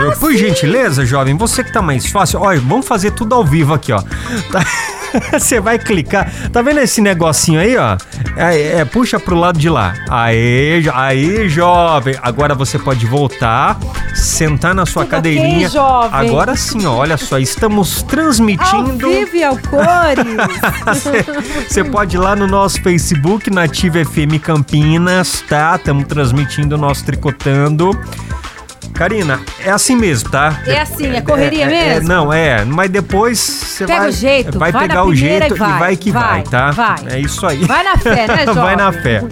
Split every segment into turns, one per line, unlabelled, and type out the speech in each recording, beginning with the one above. Vitor,
Ah,
por gentileza, jovem, você que tá mais fácil, olha, vamos fazer tudo ao vivo aqui, ó. Tá- Você vai clicar, tá vendo esse negocinho aí, ó? É, é, puxa pro lado de lá. Aê, jo- aí, jovem. Agora você pode voltar, sentar na sua
Tudo
cadeirinha.
ok, jovem?
Agora sim, ó, olha só, estamos
Ao
transmitindo.
vivo e ao cores.
Você pode ir lá no nosso Facebook, Nativa FM Campinas, tá? Estamos transmitindo o nosso tricotando. Karina, é assim mesmo, tá?
É assim, é
é-
correria
é-
mesmo?
não, é, mas depois você
Pega
vai,
o jeito,
vai
vai
pegar
na
o
primeira
jeito
e
e
vai,
vai, que vai,
vai,
tá?
vai.
É isso aí.
Vai na fé, né, jovem?
Vai na fé.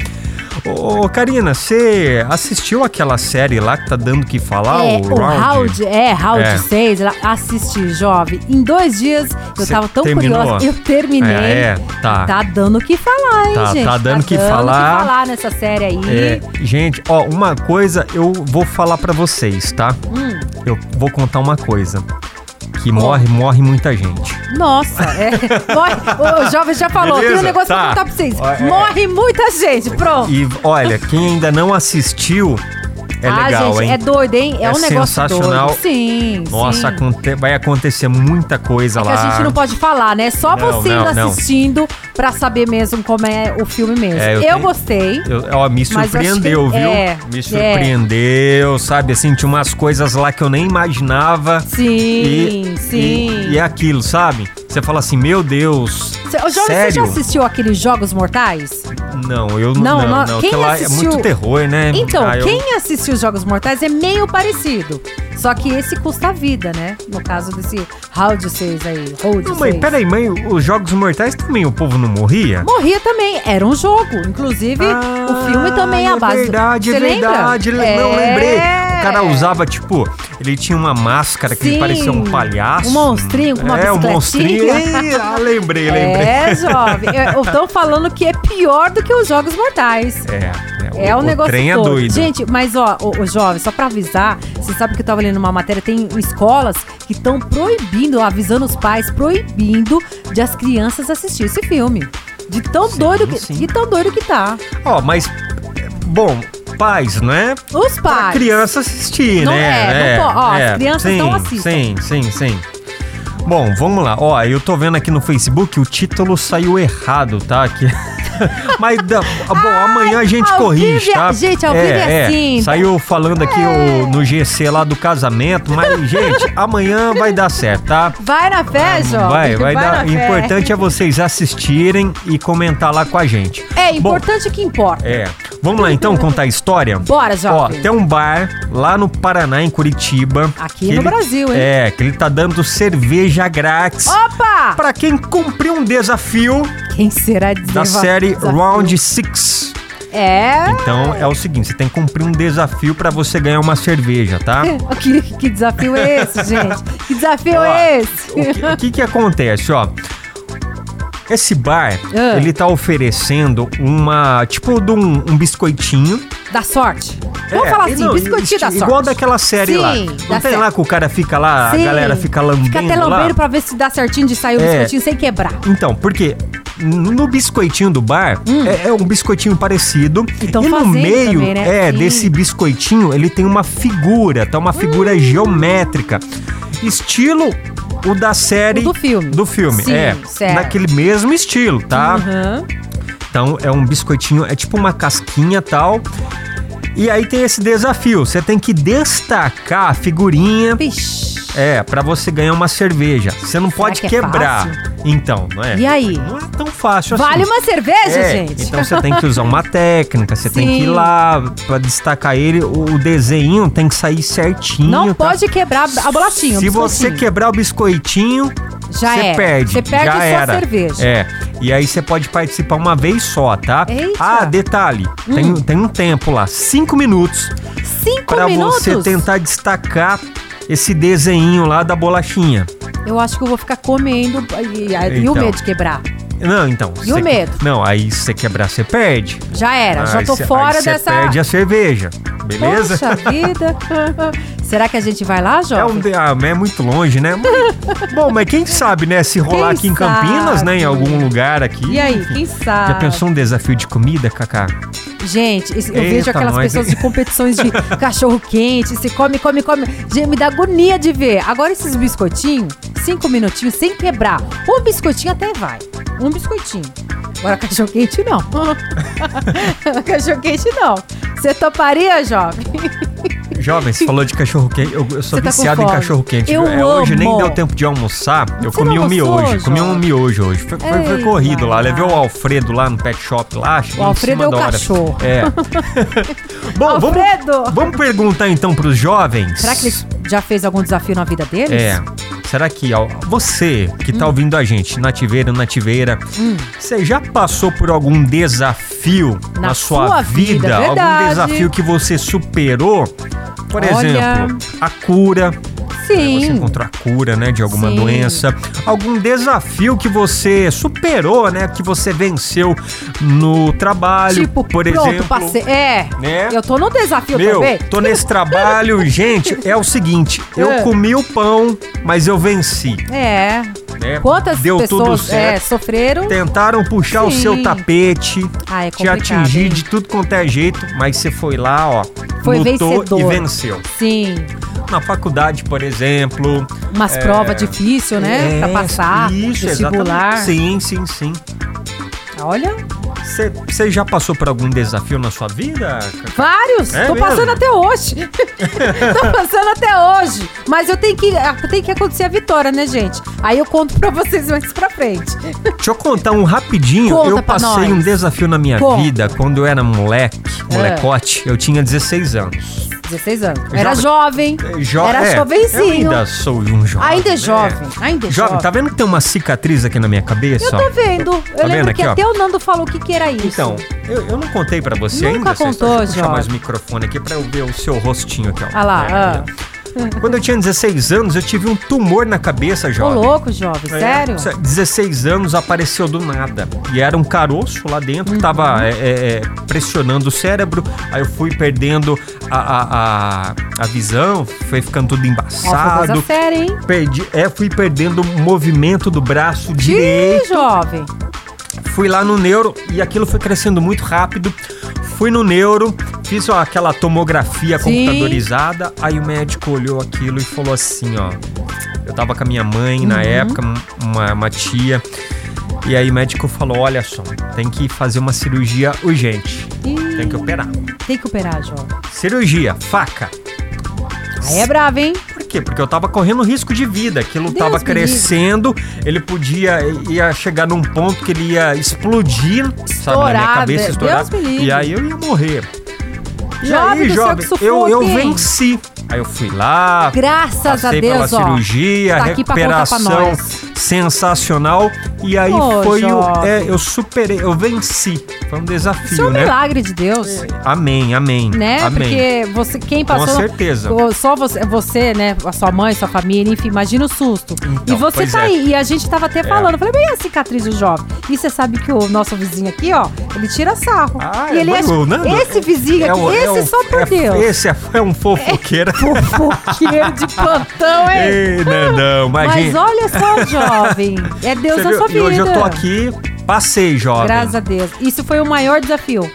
Ô, ô, Karina, você assistiu aquela série lá que tá dando o que falar?
é,
o
o round, é,
É.
round 6, ela assisti, jovem. Em dois dias, eu
Cê
tava tão
terminou?
curiosa, eu terminei.
É, é, tá.
Tá dando o que falar, hein,
Tá-
gente?
tá dando o que
dando
falar.
que falar nessa série aí.
É, gente, ó, uma coisa eu vou falar pra vocês, tá?
Hum.
Eu vou contar uma coisa. Que morre, morre muita gente.
Nossa, é. Morre, o, o jovem já falou, tem
Beleza,
um negócio
tá.
pra contar pra vocês.
Ó, é.
Morre muita gente, pronto.
E olha, quem ainda não assistiu, é
ah,
legal,
gente,
hein?
é doido, hein? É,
É
um negócio
sensacional.
doido. Sim,
Nossa,
sim.
aconte- vai acontecer muita coisa
É que
lá.
a gente não pode falar, né? Só
Não,
você
não,
indo
não.
assistindo pra saber mesmo como é o filme mesmo.
É, eu
eu
tenho-
gostei.
Eu- ó, me
Mas eu acho
surpreendeu,
que-
viu?
é,
me
é.
surpreendeu, sabe? Assim, tinha umas coisas lá que eu nem imaginava.
Sim,
E-
sim.
E, e é aquilo, sabe? Você fala assim, meu Deus.
Cê- Ô, Jovem, você já
sério?
assistiu aqueles Jogos Mortais?
Não, eu
Não,
não. Não,
não,
não.
quem
aquilo lá é
assistiu-
muito terror, né?
Então,
Ah, eu-
quem assistiu os Jogos Mortais é meio parecido. Só que esse custa a vida, né? No caso desse Round 6 aí. Round
Não, mãe,
6.
peraí, mãe, os Jogos Mortais também o povo não morria?
Morria também, era um jogo. Inclusive, o filme também é a
Ah,
base. do-
Verdade,
Cê lembra?
verdade. le- Não,
É.
lembrei. O cara usava, tipo, ele tinha uma máscara que ele
Sim,
parecia um palhaço.
um monstrinho com uma
É, um
bicicletinha.
monstrinho. Ih, ah, lembrei, lembrei.
É, jovem. Estão falando que é pior do que os Jogos Mortais.
É,
É um negócio
O trem é
todo.
doido.
Gente, mas ó, o, jovem, só pra avisar, você sabe que eu tava lendo uma matéria, tem escolas que estão proibindo, avisando os pais, proibindo de as crianças assistir esse filme. De tão
Sim,
doido que,
sim.
de tão doido que tá.
Ó, mas, bom, paz, não é?
Os
Pra
pais.
criança assistir,
Não
né?
é, não po- ó, as crianças
sim,
não assistem.
Sim, sim, sim. Bom, vamos lá. Ó, eu tô vendo aqui no Facebook, o título saiu errado, tá? Aqui. Mas, da- bom, amanhã a gente
ao
corrige,
vivo é-
tá?
gente, ao vivo é assim. É.
Saiu falando aqui o- no GC lá do casamento, mas, gente, amanhã vai dar certo, tá?
Vai na fé, jovem.
Vai, vai, dar.
na fé.
importante é vocês assistirem e comentar lá com a gente.
É,
Bom,
importante que importa.
é. Vamos lá então contar a história?
Bora,
Ó,
jovem.
tem um bar lá no Paraná, em Curitiba.
Aqui
que
no Brasil, hein?
É, que ele tá dando cerveja grátis.
Opa!
Pra quem cumpriu um desafio
Quem será desafio?
da série
desafio?
Round 6.
É.
Então é o seguinte, você tem que cumprir um desafio pra você ganhar uma cerveja, tá?
Que, que desafio é esse, gente? Que desafio
Ó,
é esse?
O que, o que que acontece, ó? Esse bar,
Ah.
ele tá oferecendo uma, tipo, de um, um biscoitinho.
Da sorte. Vamos
É,
falar
e
assim,
não,
biscoitinho
isti-
da sorte.
Igual daquela série
Sim,
lá.
dá
Não tem
certo.
lá que o cara fica lá,
Sim.
a galera fica lambendo
Fica até lambendo
lá?
pra ver se dá certinho de sair o
É.
biscoitinho sem quebrar.
Então, porque no biscoitinho do bar é, é um biscoitinho parecido.
E tão
e no
Hum. Então fazendo
meio
também, né?
é
Sim.
desse biscoitinho, ele tem uma figura, tá uma figura
Hum.
geométrica. Estilo o da série
O do filme.
do filme,
Sim,
é.
certo. Uhum.
Naquele mesmo estilo, tá?
Aham.
Então é um biscoitinho, é tipo uma casquinha tal. E aí tem esse desafio, você tem que destacar a figurinha,
Vixe.
é, pra você ganhar uma cerveja. Você não pode
que é
quebrar.
fácil?
então, não é?
E aí?
Não é tão fácil
Vale
assim.
uma cerveja,
É,
gente?
Então você tem que usar uma técnica, você tem
Sim.
que ir lá pra destacar ele, o o desenho tem que sair certinho.
Não
tá?
pode quebrar a bolachinha. o
Se você
biscoitinho.
quebrar o biscoitinho,
Já
você
era.
perde.
Você perde
já
a sua
era.
cerveja.
É. E aí você pode participar uma vez só, tá?
Eita. Hum.
Ah, detalhe. Tem, tem um tempo lá, cinco minutos,
Cinco
É, pra
minutos?
você tentar destacar esse desenho lá da bolachinha.
Eu acho que eu vou ficar comendo. E, e- e o
Então.
medo de quebrar?
Não, então.
E o
você-
medo?
Não, aí se você quebrar, você perde.
Já era. já
Aí
tô
cê- aí
fora
cê
dessa.
perde a cerveja, beleza?
Poxa vida. Será que a gente vai lá,
É,
Jovem?
um, de- ah, mas é muito longe, né? Mas- Bom, mas quem sabe, né? Se rolar
Quem
aqui em Campinas, né? Em
sabe?
algum lugar aqui.
E aí,
enfim.
quem sabe?
Já pensou um desafio de comida, Cacá?
Gente, esse- eu
Eita,
vejo aquelas
nós,
pessoas
hein?
de competições de cachorro-quente, se come, come, come. Gente, me dá agonia de ver. Agora esses biscoitinhos, cinco minutinhos, sem quebrar. Um biscoitinho até vai. Um biscoitinho. Agora cachorro-quente não. cachorro-quente não. Você toparia, jovem?
Jovem, você falou de cachorro quente. Eu, eu sou
Você tá com
viciado em
fome.
cachorro quente.
Eu
é, Hoje
amo.
nem deu tempo de almoçar. Eu
Você
comi
não
um
almoçou,
miojo. Comi um
João?
miojo hoje. Foi, foi- foi
Eita,
corrido lá. Levei o
lá.
Alfredo lá no pet shop lá. cheguei
O
em
Alfredo
cima
é o
da hora.
cachorro.
É. Bom, vamos,
Alfredo!
vamos perguntar então pros jovens.
Será que ele já fez algum desafio na vida deles?
É. Será que ó, você que
Hum.
tá ouvindo a gente, nativeira, nativeira, você já passou por algum desafio na,
Na
sua,
sua vida,
vida? algum
verdade.
desafio que você superou? Por
Olha.
exemplo, a cura. É, Você
Sim.
encontrou a cura, né, de alguma
Sim.
doença, algum desafio que você superou, né, que você venceu no trabalho,
Tipo,
por
pronto,
exemplo.
passei. É.
Né?
Eu tô no desafio
Meu,
também.
tô nesse trabalho, gente, é o seguinte, eu
É.
comi o pão, mas eu venci,
É.
né?
Quantas
Deu tudo
pessoas é,
certo.
sofreram?
Tentaram puxar o
Sim.
seu tapete,
Ah, é
te
complicado.
atingir
hein?
de tudo quanto é jeito, mas você foi lá, ó,
Foi
lutou e
vencedor.
venceu.
Sim.
Na faculdade, por exemplo,
Umas
É.
provas difíceis, né? pra passar.
Isso,
vestibular.
exatamente. Sim, sim, sim.
Olha,
Você já passou por algum desafio na sua vida?
vários.
É
tô
mesmo?
passando até hoje. tô passando até hoje. Mas eu tenho que, ah, tem que acontecer a vitória, né, gente? Aí eu conto pra vocês mais pra frente.
Deixa eu contar um rapidinho.
Conta
eu
pra
passei
nós.
um desafio na minha
Conta. Ah.
vida quando eu era moleque, molecote. Eu tinha 16 anos.
16 anos. Era jovem.
Jo-
Era
é, Eu
jovenzinho.
ainda sou um jovem.
Ainda
né?
é jovem. Ainda é
Jovem, tá vendo que tem uma cicatriz aqui na minha cabeça?
Eu
ó?
tô vendo. Eu
Tá
lembro
vendo
que
aqui, ó?
até o Nando falou o que, que era isso.
Então, eu, eu não contei pra você
Nunca
ainda. essa
contou,
história. Deixa eu puxar
Jorge.
mais o microfone aqui pra eu ver o seu rostinho aqui, ó. É.
Ah lá, ah.
Quando eu tinha 16 anos, eu tive um tumor na cabeça,
Ô,
jovem.
louco, jovem,
É,
sério?
16 anos apareceu do nada. E era um caroço lá dentro
Uhum.
que tava é, é, é, pressionando o cérebro. Aí eu fui perdendo a, a, a, a visão, foi ficando tudo
Ó, foi
embaçado.
coisa séria, hein?
Perdi, é, fui perdendo o movimento do braço direito.
Ih, jovem.
Fui lá no neuro e aquilo foi crescendo muito rápido. Fui no neuro, fiz ó, aquela tomografia
Sim.
computadorizada. Aí o médico olhou aquilo e falou assim, ó. Eu tava com a minha mãe
Uhum.
na época, m- uma, uma tia. E aí o médico falou, olha só, tem que fazer uma cirurgia urgente.
Ih,
Tem que operar.
tem que operar, jovem.
Cirurgia, faca.
Aí é bravo, hein?
Por quê? Porque eu tava correndo risco de vida. Aquilo
Deus
tava
me livre.
crescendo, ele podia ia chegar num ponto que ele ia explodir, sabe, na minha
Estourar,
cabeça,
Deus
estourar.
me livre.
E aí eu ia morrer. E
Jovem
aí,
do céu,
jovem,
que sufoco,
eu, eu
hein?
venci. Aí eu fui lá,
Graças a
passei pela
Deus, ó.
cirurgia,
Tá aqui pra contar pra
recuperação
nós.
sensacional. E aí
Ô,
foi o.
jovem.
É, eu superei, eu venci. Foi um
Isso é
desafio,
um
né?
milagre de Deus,
Amém, amém.
né?
Amém.
Porque você, quem
Com
passou...
certeza.
Ô, Só você, você, né? A sua mãe, sua família, enfim, imagina o susto.
Então,
e você
pois é.
tá aí, e a gente tava até falando, eu falei, bem a cicatriz do jovem. E você sabe que o nosso vizinho aqui, ó, ele tira sarro.
Ah,
e ele
mas o Nando-
Esse vizinho aqui,
É o-
esse
o-
só por
é-
Deus.
Esse é, é um fofoqueiro.
Fofoqueiro de plantão, hein?
Ei, Nandão,
É. Ah, Mas
imagina.
olha só, jovem. É Deus
Você
na
viu?
sua vida.
E hoje eu tô aqui, passei, jovem. É,
Graças a Deus. Isso foi o maior desafio.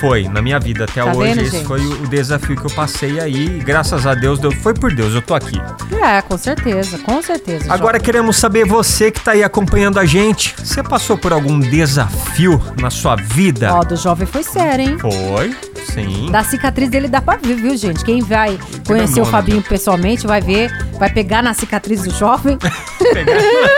Foi, na minha vida até
Tá
hoje.
vendo,
esse
gente?
foi o o desafio que eu passei aí. e Graças a Deus, deu- foi por Deus, eu tô aqui.
É, com certeza, com certeza.
Agora queremos saber você que tá aí acompanhando a gente. Você passou por algum desafio na sua vida?
jovem. Ó, do jovem foi sério, hein?
Foi, sim.
Da cicatriz dele dá pra ver, viu, gente? Quem vai conhecer o
demônio,
Fabinho pessoalmente vai ver, vai pegar na cicatriz do jovem,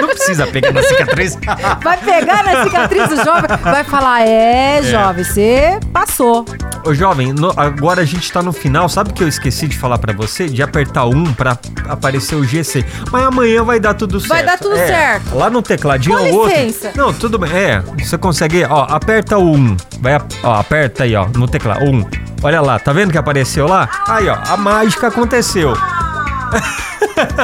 Não precisa pegar na cicatriz.
vai pegar na cicatriz do jovem, vai falar: é, jovem, você passou.
Ô jovem, no- agora a gente tá no final. Sabe que eu esqueci de falar pra você? De apertar um pra aparecer o GC. Mas amanhã vai dar tudo certo.
Vai dar tudo
É,
certo.
Lá no tecladinho
Com
ou outro.
licença.
Não, tudo bem. É, você consegue. Ó, aperta o 1. Vai, ap- ó, aperta aí, ó, no teclado. 1. Olha lá, tá vendo que apareceu lá? Aí, ó, a mágica aconteceu.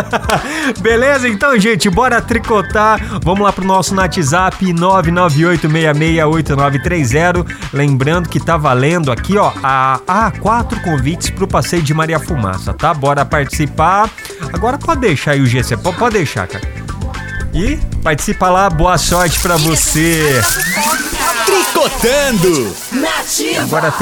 Beleza? Então, gente, bora tricotar. Vamos lá pro nosso WhatsApp 998668930. Lembrando que tá valendo aqui, ó, a, a quatro convites pro passeio de Maria Fumaça, tá? Bora participar. Agora pode deixar aí o GC, po- pode deixar, cara. E participa lá, boa sorte pra você.
Tricotando.
Agora tem